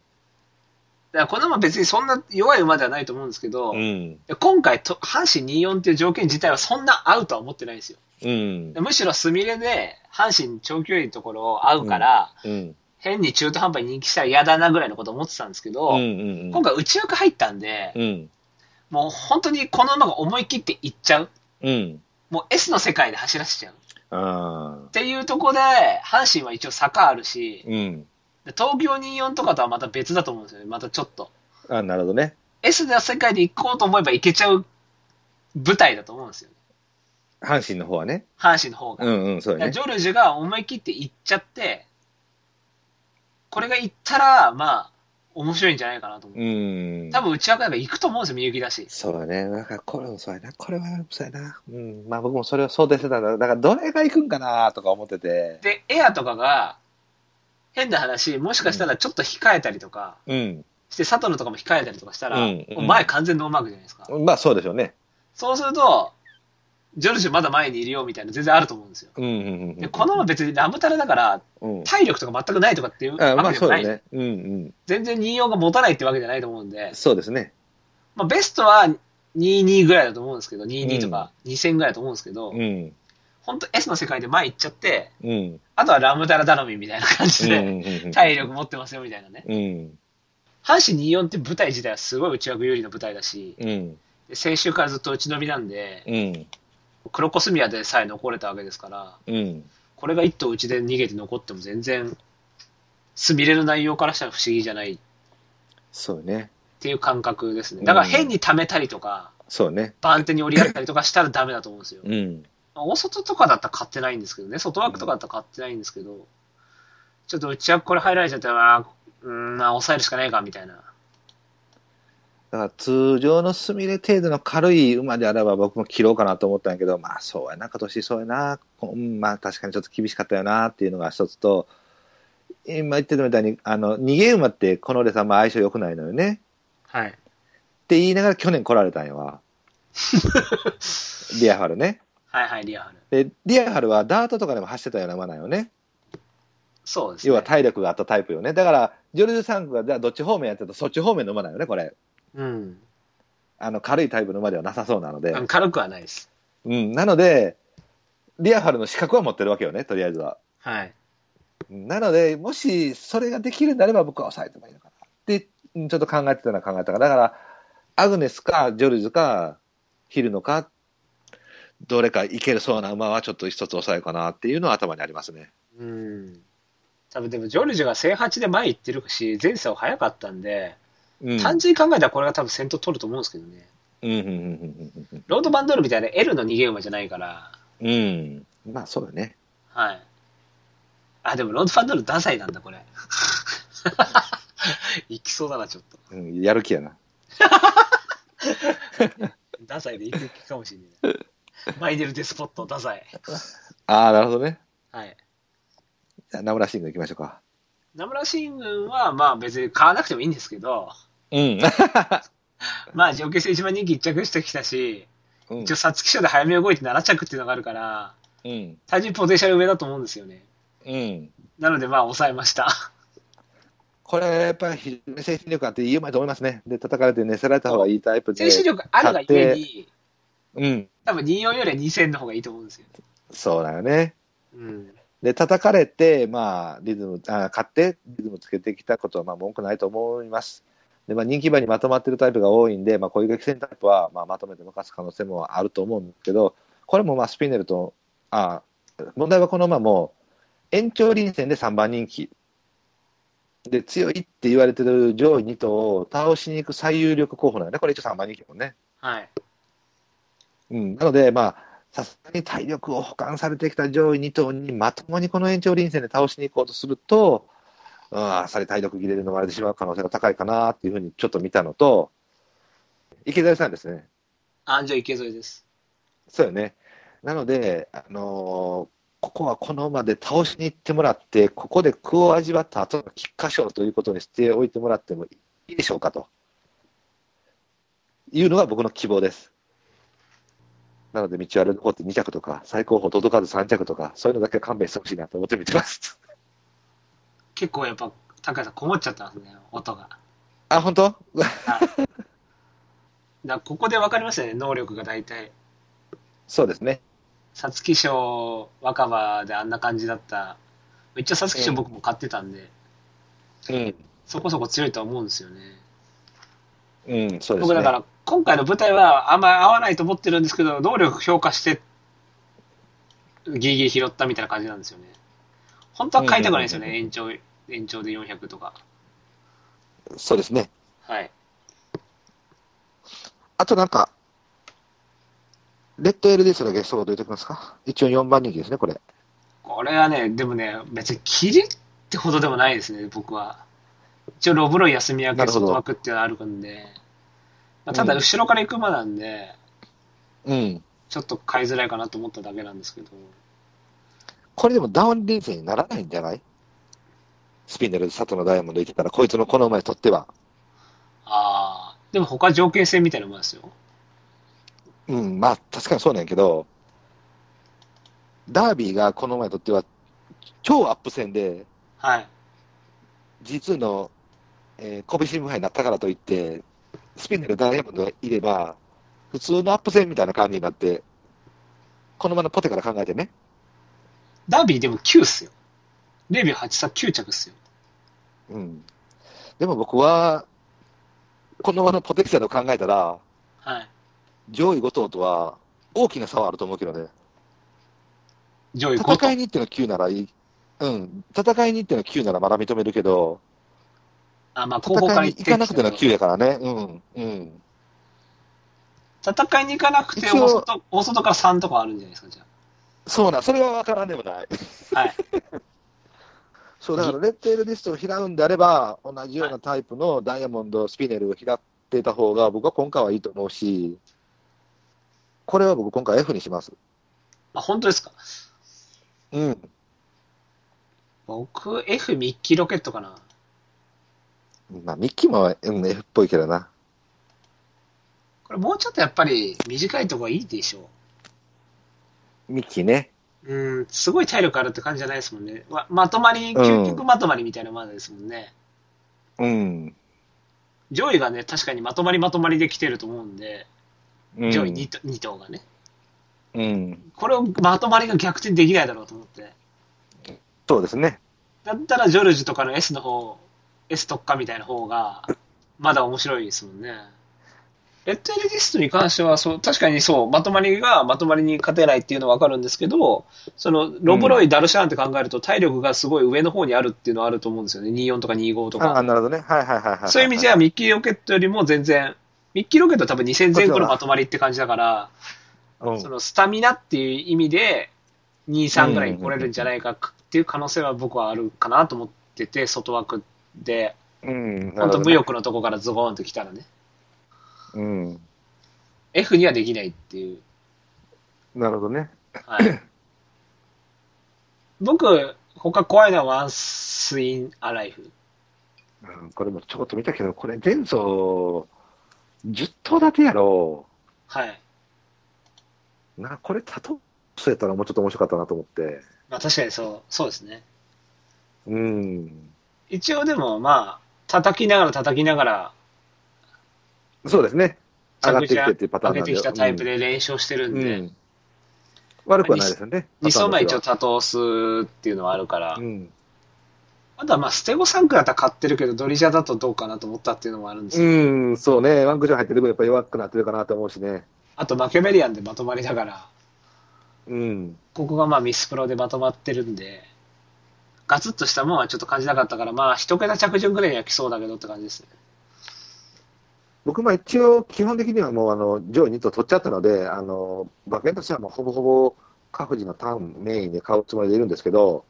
Speaker 2: らこの馬別にそんな弱い馬ではないと思うんですけど、
Speaker 1: うん。
Speaker 2: で今回と、阪神24っていう条件自体はそんな合うとは思ってないんですよ。
Speaker 1: うん
Speaker 2: で。むしろスミレで阪神長距離のところを合うから、
Speaker 1: うん。
Speaker 2: 変に中途半端に人気したら嫌だなぐらいのこと思ってたんですけど、
Speaker 1: うん。
Speaker 2: 今回内枠入ったんで、
Speaker 1: うん。
Speaker 2: もう本当にこの馬が思い切っていっちゃう。
Speaker 1: うん。
Speaker 2: もう S の世界で走らせちゃう。っ
Speaker 1: ああ。
Speaker 2: ていうところで、阪神は一応坂あるし、
Speaker 1: うん。
Speaker 2: で東京24とかとはまた別だと思うんですよね。またちょっと。
Speaker 1: あ、なるほどね。
Speaker 2: S の世界で行こうと思えば行けちゃう舞台だと思うんですよね。
Speaker 1: 阪神の方はね。
Speaker 2: 阪神の方が。
Speaker 1: うんうん、そう
Speaker 2: だ
Speaker 1: や
Speaker 2: から
Speaker 1: ね
Speaker 2: ジ。ョルジュが思い切って行っちゃって、これが行ったら、まあ、面白いんじゃないかなと思う。
Speaker 1: うん。
Speaker 2: 多分、内枠が行くと思うんですよ、みゆきだし。
Speaker 1: そうだね。なんか、これもそうやな。これは、そうやな。うん。まあ僕もそれを想定してたんだ。だから、どれが行くんかなとか思ってて。
Speaker 2: で、エアとかが、変な話、もしかしたらちょっと控えたりとか、
Speaker 1: うん。
Speaker 2: して、佐藤のとかも控えたりとかしたら、
Speaker 1: うんうん
Speaker 2: もう前完全ノーマークじゃないですか。
Speaker 1: まあそうでしょうね。
Speaker 2: そうすると、ジョルジュまだ前にいるよみたいな全然あると思うんですよ。
Speaker 1: うんうんう
Speaker 2: で、
Speaker 1: ん。
Speaker 2: このまま別にラムタラだから、
Speaker 1: うん。
Speaker 2: 体力とか全くないとかっていう
Speaker 1: あま
Speaker 2: わ
Speaker 1: あ
Speaker 2: けで
Speaker 1: そ
Speaker 2: も
Speaker 1: う
Speaker 2: な
Speaker 1: だ
Speaker 2: い。
Speaker 1: ね。うんうん。
Speaker 2: 全然24が持たないってわけじゃないと思うんで、
Speaker 1: そうですね。
Speaker 2: まあ、ベストは22ぐらいだと思うんですけど、22とか2000ぐらいだと思うんですけど、
Speaker 1: うん。
Speaker 2: 本当 S の世界で前行っちゃって、
Speaker 1: うん。
Speaker 2: あとはラムタラ頼みみたいな感
Speaker 1: う
Speaker 2: じで、
Speaker 1: ん。
Speaker 2: 体力持ってますよみたいなね。
Speaker 1: うん。
Speaker 2: 阪神24って舞台自体はすごい内枠有利の舞台だし、
Speaker 1: うん。
Speaker 2: で先週からずっと打ち伸びなんで、
Speaker 1: うん。
Speaker 2: クロコスミアでさえ残れたわけですから、
Speaker 1: うん。
Speaker 2: これが一頭うちで逃げて残っても全然、スミレの内容からしたら不思議じゃないっ
Speaker 1: そうね。
Speaker 2: ていう感覚ですね。だから変に溜めたりとか、
Speaker 1: そうね。
Speaker 2: 番手に折り合ったりとかしたらダメだと思うんですよ。
Speaker 1: うん。
Speaker 2: 大外とかだったら買ってないんですけどね、外枠とかだったら買ってないんですけど、ちょっとうちはこれ入られちゃったら、うーん、まあ抑えるしかないかみたいな。
Speaker 1: だから通常のすみれ程度の軽い馬であれば僕も切ろうかなと思ったんやけど、まあそうやな、今年そうやな、こうんまあ確かにちょっと厳しかったよなっていうのが一つと、今言ってたみたいに、あの、逃げ馬ってこの俺さんも相性良くないのよね。
Speaker 2: はい。
Speaker 1: って言いながら去年来られたんやわ。リアハルね。
Speaker 2: はいはい、リアル。
Speaker 1: で、リアハルはダートとかでも走ってたような馬なんよね。
Speaker 2: そうですね。
Speaker 1: 要は体力があったタイプよね。だから、ジョルジュ・サンクがじゃあどっち方面やってるとそっち方面の馬なんよね、これ。
Speaker 2: うん。
Speaker 1: あの、軽いタイプの馬ではなさそうなので。
Speaker 2: 軽くはないです。
Speaker 1: うん、なので、リアファルの資格は持ってるわけよね、とりあえずは。
Speaker 2: はい。
Speaker 1: うんなので、もしそれができるんであれば、僕は抑えてもいいのかなって、うんちょっと考えてたのは考えたから、だから、アグネスか、ジョルジュか、ヒルノか、どれかいけるそうな馬はちょっと一つ抑えようかなっていうのは頭にありますね。
Speaker 2: うん。多分でも、ジョルジュが正八で前行ってるし、前走早かったんで、
Speaker 1: うん。
Speaker 2: 単純に考えたらこれが多分先頭取ると思うんですけどね。
Speaker 1: うん、うん、うんうん
Speaker 2: ロードバンドルみたいな L の逃げ馬じゃないから、
Speaker 1: うん、うん。うん。まあ、そうだね。
Speaker 2: はい。あ、でもロードバンドルダサいなんだ、これ。 いきそうだな、ちょっと。
Speaker 1: うん、やる気やな。
Speaker 2: ダサいでいく気かもしれない。マイネル・デスポット、ダサい。
Speaker 1: ああ、なるほどね。
Speaker 2: はい。
Speaker 1: じゃあ、名村シング行きましょうか。
Speaker 2: 名村新聞は、まあ別に買わなくてもいいんですけど、
Speaker 1: うん。
Speaker 2: まあ上級生一番人気一着してきたし、
Speaker 1: うん
Speaker 2: 一応、皐月賞で早めに動いて7着っていうのがあるから、
Speaker 1: うん。
Speaker 2: 単純にポテンシャル上だと思うんですよね。
Speaker 1: うん。
Speaker 2: なので、まあ、抑えました。
Speaker 1: これやっぱり非常に精神力あっていい馬だと思いますね。で、叩かれて寝せられた方がいいタイプで。
Speaker 2: 精神力あるがゆえに、
Speaker 1: うん。
Speaker 2: 多分24よりは2000の方がいいと思うんですよ。
Speaker 1: そうだよね。
Speaker 2: うん。
Speaker 1: で、叩かれて、まあ、リズム、あ勝って、リズムつけてきたことは、まあ、文句ないと思います。で、まあ、人気馬にまとまってるタイプが多いんで、まあ、攻撃戦タイプは、まあ、まとめて抜かす可能性もあると思うんですけど、これも、まあ、スピネルと、あ問題はこの馬も、延長臨戦で3番人気。で、強いって言われてる上位2頭を倒しに行く最有力候補なんで、これ一応3番人気だもんね。
Speaker 2: はい。
Speaker 1: うん、なので、まあ、さすがに体力を保管されてきた上位2頭にまともにこの延長臨戦で倒しに行こうとすると、うん、あっさり体力切れるのがれてしまう可能性が高いかなっていうふうにちょっと見たのと、池田さんですね。
Speaker 2: あ、じゃあ池添です。
Speaker 1: そうよね。なので、あのーここはこの馬で倒しに行ってもらって、ここで苦を味わった後の菊花賞ということにしておいてもらってもいいでしょうかと。いうのが僕の希望です。なので、道を歩こうって2着とか、最高峰届かず3着とか、そういうのだけは勘弁してほしいなと思って見てます。
Speaker 2: 結構やっぱ、高橋さんこもっちゃったんですね、音が。
Speaker 1: あ、本当
Speaker 2: だからここで分かりましたね、能力が大体。
Speaker 1: そうですね。
Speaker 2: 皐月賞、若葉であんな感じだった。めっちゃ皐月賞僕も買ってたんで、
Speaker 1: うん。
Speaker 2: そこそこ強いとは思うんですよね。
Speaker 1: うん、そうですね。
Speaker 2: 僕だから、今回の舞台はあんまり合わないと思ってるんですけど、能力評価して、ギリギリ拾ったみたいな感じなんですよね。本当は買いたくないですよ
Speaker 1: うん
Speaker 2: ね、延長、延長で400とか。
Speaker 1: そうですね。
Speaker 2: はい。
Speaker 1: あとなんか、レッドエルディスだけそうといておきますか。一応4番人気ですね、これ。
Speaker 2: これはね、でもね、別に切りってほどでもないですね、僕は。一応、ロブロイ休み明
Speaker 1: な
Speaker 2: け、
Speaker 1: るほど
Speaker 2: 外枠っていうのはあるんで、まあ、ただ、
Speaker 1: うん
Speaker 2: 後ろから行く馬なんで、
Speaker 1: うん。
Speaker 2: ちょっと買いづらいかなと思っただけなんですけど、
Speaker 1: これでもダウンリーズにならないんじゃないスピンネルで佐藤のダイヤモンド行ってたら、こいつのこの馬にとっては。
Speaker 2: ああ、でも他条件戦みたいなもんですよ。
Speaker 1: うん、まあ確かにそうなんやけど、ダービーがこの馬にとっては超アップ戦で、
Speaker 2: はい。
Speaker 1: G2 の、えー、神戸新聞杯になったからといって、スピンネルダイヤモンドがいれば、普通のアップ戦みたいな感じになって、この馬のポテから考えてね。
Speaker 2: ダービーでも9っすよ。0秒8差9着っすよ。
Speaker 1: うん。でも僕は、この馬のポテンシャルを考えたら、
Speaker 2: はい。
Speaker 1: 上位5頭とは大きな差はあると思うけどね、
Speaker 2: 上位5
Speaker 1: 戦い
Speaker 2: と。
Speaker 1: に行っての9ならいい、うん、戦いに行っての9ならまだ認めるけど、
Speaker 2: あ、まあ、後方か
Speaker 1: 戦
Speaker 2: ら
Speaker 1: いに行かなくての9やからね、うん、うん、
Speaker 2: 戦いに行かなくて
Speaker 1: 一応
Speaker 2: 大外、大外から3とかあるんじゃないですか、じゃ
Speaker 1: そうなん、それは分からんでもない。
Speaker 2: あ。はい。
Speaker 1: そうだからレッドエルリストを開うんであれば、同じようなタイプのダイヤモンド、スピネルを開ってた方が、僕は今回はいいと思うし、これは僕、今回 F にします。
Speaker 2: あ、本当ですか。
Speaker 1: うん、
Speaker 2: 僕、F ミッキーロケットかな。
Speaker 1: まあ、ミッキーも、うん、F っぽいけどな。
Speaker 2: これもうちょっとやっぱり短いとこがいいでしょ
Speaker 1: ミッキーね。
Speaker 2: う。うん、すごい体力あるって感じじゃないですもんね。ままとまり、究極まとまりみたいなまだですもんね。
Speaker 1: うん。
Speaker 2: 上位がね、確かにまとまりまとまりで来てると思うんで、
Speaker 1: うん
Speaker 2: 上位 2, と二頭がね。
Speaker 1: うん。
Speaker 2: これをまとまりが逆転できないだろうと思って。
Speaker 1: そうですね。
Speaker 2: だったらジョルジュとかの S の方、S 特化みたいな方が、まだ面白いですもんね。レッドエレディストに関してはそう、確かにそう、まとまりがまとまりに勝てないっていうのはわかるんですけど、その、ロブロイ、ダルシャーンって考えると体力がすごい上の方にあるっていうのはあると思うんですよね。24とか25と
Speaker 1: ああ、
Speaker 2: か。
Speaker 1: なるほどね。はいはいはいはい。
Speaker 2: そういう意味じゃ、ミッキーロケットよりも全然、ミッキーロケットは多分2000前後のまとまりって感じだから、
Speaker 1: うん、
Speaker 2: そのスタミナっていう意味で、2、3ぐらいに来れるんじゃないかっていう可能性は僕はあるかなと思ってて、外枠で、
Speaker 1: うん、なる
Speaker 2: 本当
Speaker 1: ほど
Speaker 2: 無
Speaker 1: ね
Speaker 2: 欲のとこからズボーンと来たらね、
Speaker 1: うん。
Speaker 2: F にはできないっていう。
Speaker 1: なるほどね。
Speaker 2: はい、 僕、他怖いのはワンスインアライフ。
Speaker 1: うん、これもちょこっと見たけど、これ前走、10頭立てやろ。
Speaker 2: はい。
Speaker 1: な、これ、たと、そうやったらもうちょっと面白かったなと思って。
Speaker 2: まあ確かにそう、そうですね。
Speaker 1: うん。
Speaker 2: 一応でもまあ、叩きながら叩きながら、
Speaker 1: そうですね。上がってきてっていうパター
Speaker 2: 上
Speaker 1: ンな
Speaker 2: げ
Speaker 1: んで。
Speaker 2: てきたタイプで連勝して
Speaker 1: う
Speaker 2: る
Speaker 1: んん。う
Speaker 2: で、
Speaker 1: ん。悪くはないですよね。
Speaker 2: 2走前一応
Speaker 1: パ
Speaker 2: 多頭数っていうのはあるから、
Speaker 1: ターンの人は
Speaker 2: あとはまあ、ステゴサンクだったら買ってるけど、ドリジャだとどうかなと思ったっていうのもあるんですけ
Speaker 1: う
Speaker 2: ど、
Speaker 1: ん。うん、そうね。ワンクッション入ってる分やっぱ弱くなってるかなと思うしね。
Speaker 2: あとマケベリアンでまとまりだから、
Speaker 1: うん。
Speaker 2: ここがまあミスプロでまとまってるんで、ガツッとしたもんはちょっと感じなかったから、まあ一桁着順ぐらいには来そうだけどって感じですね。
Speaker 1: 僕も一応、基本的にはもう、あの、上位2頭取っちゃったので、あの、馬券としてはもうほぼほぼ、各自のターンメインで買うつもりでいるんですけど、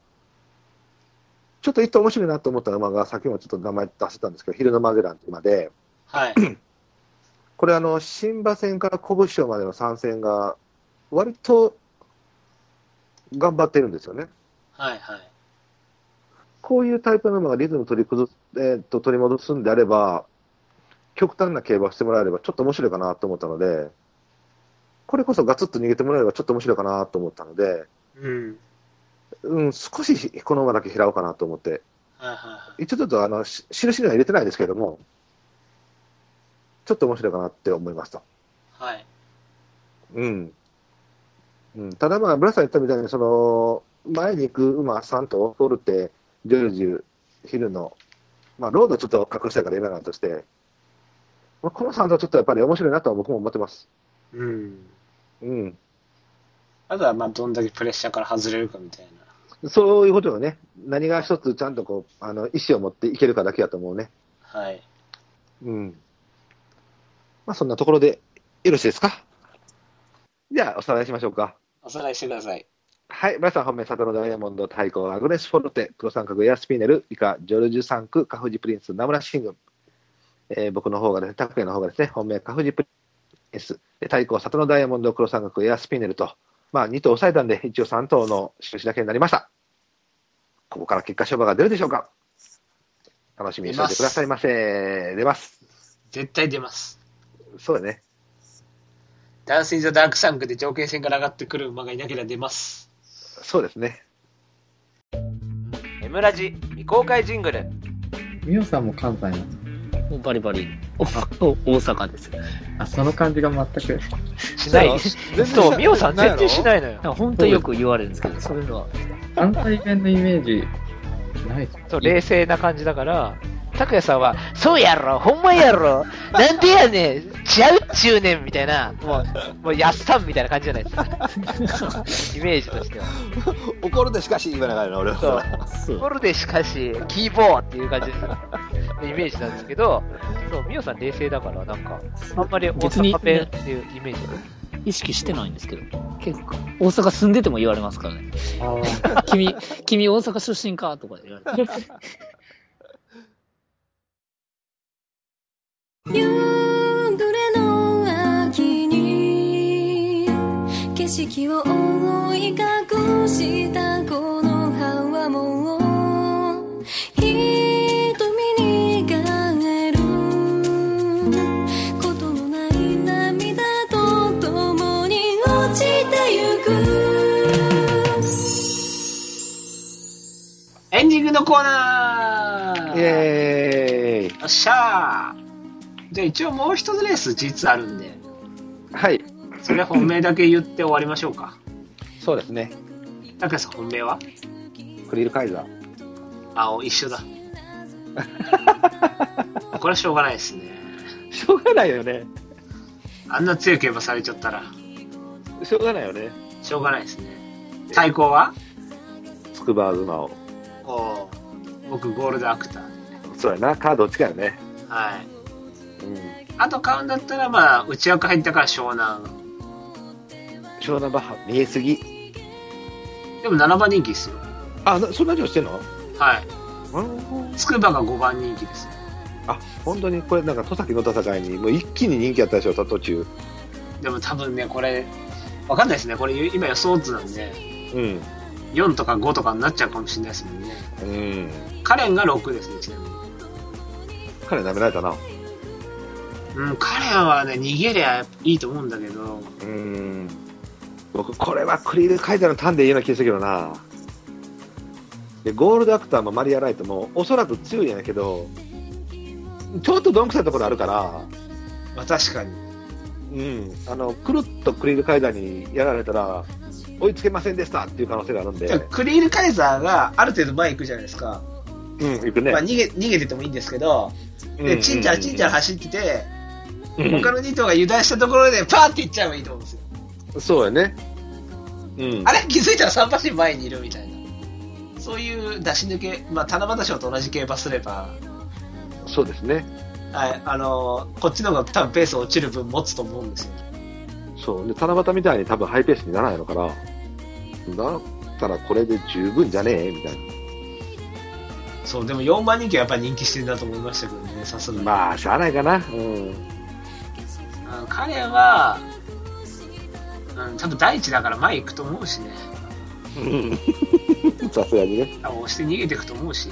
Speaker 1: ちょっと一頭面白いなと思った馬が、先ほどもちょっと名前出せたんですけど、ヒルノマゼランって馬で、
Speaker 2: はい。
Speaker 1: これあの、新馬戦から古武賞までの参戦が、割と頑張ってるんですよね。
Speaker 2: はいはい。
Speaker 1: こういうタイプの馬がリズム取り崩す、えーっと取り戻すんであれば、極端な競馬をしてもらえればちょっと面白いかなと思ったので、これこそガツッと逃げてもらえればちょっと面白いかなと思ったので、
Speaker 2: うん。
Speaker 1: うん、少しこの馬だけ拾おうかなと思って、
Speaker 2: はいはいはい。
Speaker 1: 一応ちょっとあの、し印には入れてないですけれども、ちょっと面白いかなって思いました。
Speaker 2: はい。
Speaker 1: うん。うん、ただまあ、村さん言ったみたいに、その、前に行く馬3頭、フォルテ、ジョルジュ、ヒルの、まあ、ロードちょっと隠したから今なんとして、まあ、この3頭ちょっとやっぱり面白いなとは僕も思ってます。
Speaker 2: うん。
Speaker 1: うん。
Speaker 2: あとはまあどんだけプレッシャーから外れるかみたいな。
Speaker 1: そういうことをね、何が一つちゃんとこう、あの、意思を持っていけるかだけやと思うね。
Speaker 2: はい。
Speaker 1: うん。まあ、そんなところで、よろしいですかじゃあ、おさらいしましょうか。
Speaker 2: おさらいしてください。
Speaker 1: はい、皆さん、本命、サトノダイヤモンド、対抗、アグネス・フォルテ、黒三角、エアスピネル、以下、ジョルジュ三区、カフジプリンス、ナムラシング、えー僕の方がですね、タクヤの方がですね、本命、カフジプリンス、で対抗、サトノダイヤモンド、黒三角、エアスピネルと、まあ、2頭抑えたんで、一応3頭の印だけになりました。ここから結果勝負が出るでしょうか楽しみにしておいてくださいませ。出ます。
Speaker 2: 絶対出ます。
Speaker 1: そうだね。
Speaker 2: ダンス・イン・ザ・ダーク・サンクで条件戦から上がってくる馬がいなければ出ます。
Speaker 1: そうですね。
Speaker 3: エムラジ未公開ジングル
Speaker 4: みおさんも関西なの
Speaker 5: もうバリバリ。 おお大阪です。だか
Speaker 4: あ、その感じが全く。
Speaker 3: しない そうミオさん全然し
Speaker 1: い。
Speaker 3: ないのよ
Speaker 5: ら本当によく言われるんですけど、そういうのは。
Speaker 4: 関西弁のイメージ、ないです
Speaker 3: そう冷静な感じだから拓也さんは「そうやろほんまや ろなんでやねん違うっちゅうねん」みたいなもうもうやっさんみたいな感じじゃないです かイメージとしては
Speaker 1: 怒るでしかし言わながらな、俺
Speaker 3: そう
Speaker 1: は。
Speaker 5: そう。
Speaker 3: フォルでしかし、キーボーっていう感じで すのイメージなんですけど、そう、ミオさん冷静だから、なんか、あんまり大
Speaker 5: 別に
Speaker 3: 阪弁っていうイメージが
Speaker 5: 意識してないんですけど、結構、大阪住んでても言われますからね。 君、 君大阪出身かとか言われて。
Speaker 6: 夕暮れの秋に景色を覆い隠したこの葉はもう瞳に変えることのない涙と共に落ちてゆく
Speaker 2: エンディングのコーナー
Speaker 1: イエーイ。
Speaker 2: よっしゃーじゃあ一応もう一つレース実はあるんで、
Speaker 1: はい、
Speaker 2: それ本命だけ言って終わりましょうか。
Speaker 1: そうですね。
Speaker 2: 高橋さん本命は
Speaker 1: クリルカイザー。
Speaker 2: 青一緒だ。これはしょうがないですね。
Speaker 1: しょうがないよね。
Speaker 2: あんな強い競馬されちゃったら、
Speaker 1: しょうがないよね。
Speaker 2: しょうがないですね。対抗は
Speaker 1: つくば馬を。
Speaker 2: おー僕ゴールドアクター。
Speaker 1: そうやな、カードどっちかよね。
Speaker 2: はい。
Speaker 1: うん。
Speaker 2: あと買うんだったら、まあ、内枠入ったから湘南。
Speaker 1: 湘南バッハ、見えすぎ。
Speaker 2: でも7番人気ですよ。
Speaker 1: あ、なそんなにしてんの
Speaker 2: はい。
Speaker 1: うん。
Speaker 2: つくばが5番人気です。
Speaker 1: あ、本当にこれなんか戸崎の戦いに、もう一気に人気やったでしょ、途中。
Speaker 2: でも多分ね、これ、わかんないですね。これ今予想図なんで、
Speaker 1: うん。
Speaker 2: 4とか5とかになっちゃうかもしれないですもんね。
Speaker 1: うん。
Speaker 2: カレンが6ですね、ちなみに。
Speaker 1: 彼舐められたな。
Speaker 2: うん、カレンはね、逃げりゃいいと思うんだけど、
Speaker 1: うん。僕、これはクリルカイザーのターンで言うような気がするけどな。で、ゴールドアクターもマリアライトも、おそらく強いんやけど、ちょっとどんくさいところあるから、
Speaker 2: まあ確かに。
Speaker 1: うん、あのくるっとクリル階段にやられたら追いつけませんでしたっていう可能性があるんで、
Speaker 2: クリールカイザーがある程度前行くじゃないですか。
Speaker 1: うん、行くね、
Speaker 2: まあ逃げ、逃げててもいいんですけど、で、チンチャラチンチャラ走ってて、
Speaker 1: うん
Speaker 2: 他の2頭が油断したところでパーって行っちゃえばいいと思うんですよ。
Speaker 1: そうやね、うん
Speaker 2: あれ気づいたら桟橋前にいるみたいな。そういう出し抜け、まあ、七夕賞と同じ系バスれば、
Speaker 1: そうですね。
Speaker 2: はい、あのこっちの方が多分ペース落ちる分持つと思うんですよ。
Speaker 1: そう。で、七夕みたいに多分ハイペースにならないのかな。だったらこれで十分じゃねえみたい
Speaker 2: そう、でも4万人気はやっぱり人気してるなと思いましたけどね、さすが
Speaker 1: な。
Speaker 2: に。
Speaker 1: まあ、しゃあないかな。うん。
Speaker 2: あの彼は、うん、多分第一だから前行くと思うしね。
Speaker 1: さすがにね。
Speaker 2: 多分押して逃げていくと思うし。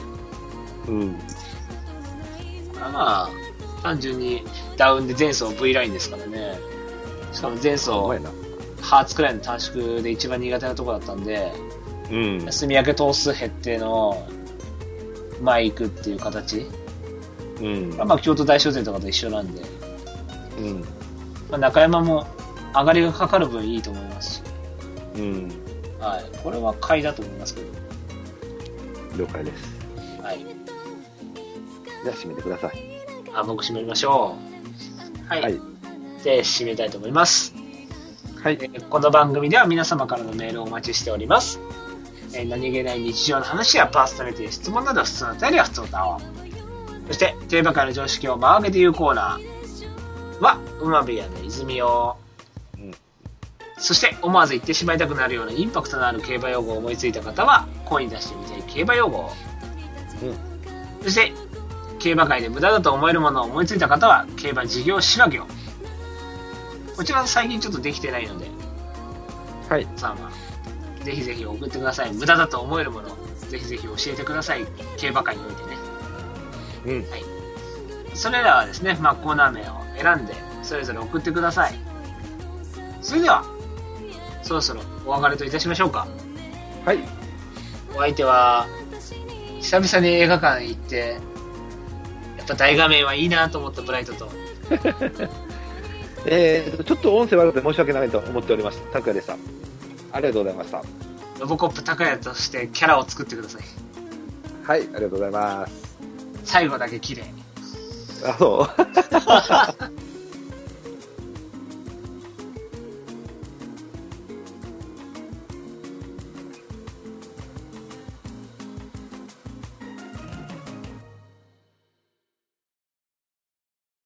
Speaker 1: うん。
Speaker 2: これはまあ、単純にダウンで前走 V ラインですからね。しかも前走、
Speaker 1: お前な。
Speaker 2: ハーツくらいの短縮で一番苦手なとこだったんで、
Speaker 1: うん。
Speaker 2: 休み明け頭数減っての前行くっていう形。
Speaker 1: うん。
Speaker 2: まあ、京都大商店とかと一緒なんで、
Speaker 1: うん。
Speaker 2: まあ、中山も上がりがかかる分いいと思いますし、
Speaker 1: うん。
Speaker 2: はい、これは買いだと思いますけど、
Speaker 1: 了解です。
Speaker 2: はい、
Speaker 1: じゃあ、締めてください。
Speaker 2: あ僕締めましょう。はい、
Speaker 1: はい
Speaker 2: で締めたいと思います。
Speaker 1: はい
Speaker 2: えーこの番組では皆様からのメールをお待ちしております。えー何気ない日常の話やパーソナリティ質問など普通のお便りは普通歌を。そして、テーマ界の常識を真上げて言うコーナーは、馬部屋の泉を。
Speaker 1: うん
Speaker 2: そして、思わず言ってしまいたくなるようなインパクトのある競馬用語を思いついた方は、声に出してみたい競馬用語を。そして、競馬界で無駄だと思えるものを思いついた方は、競馬事業仕分けを。こちら最近ちょっとできてないので、
Speaker 1: はい。
Speaker 2: さんは、ぜひぜひ送ってください。無駄だと思えるもの、ぜひぜひ教えてください。競馬界においてね。
Speaker 1: うん。
Speaker 2: それらはですね、まあ、コーナー名を選んで、それぞれ送ってください。それでは、そろそろお別れといたしましょうか。
Speaker 1: はい。
Speaker 2: お相手は、久々に映画館行って、やっぱ大画面はいいなと思ったブライトと、
Speaker 1: えーと、ちょっと音声悪くて申し訳ないと思っております。拓也でした。ありがとうございました。
Speaker 2: ロボコップ高谷としてキャラを作ってください。
Speaker 1: はい、ありがとうございます。
Speaker 2: 最後だけ綺麗。
Speaker 1: あ、そう。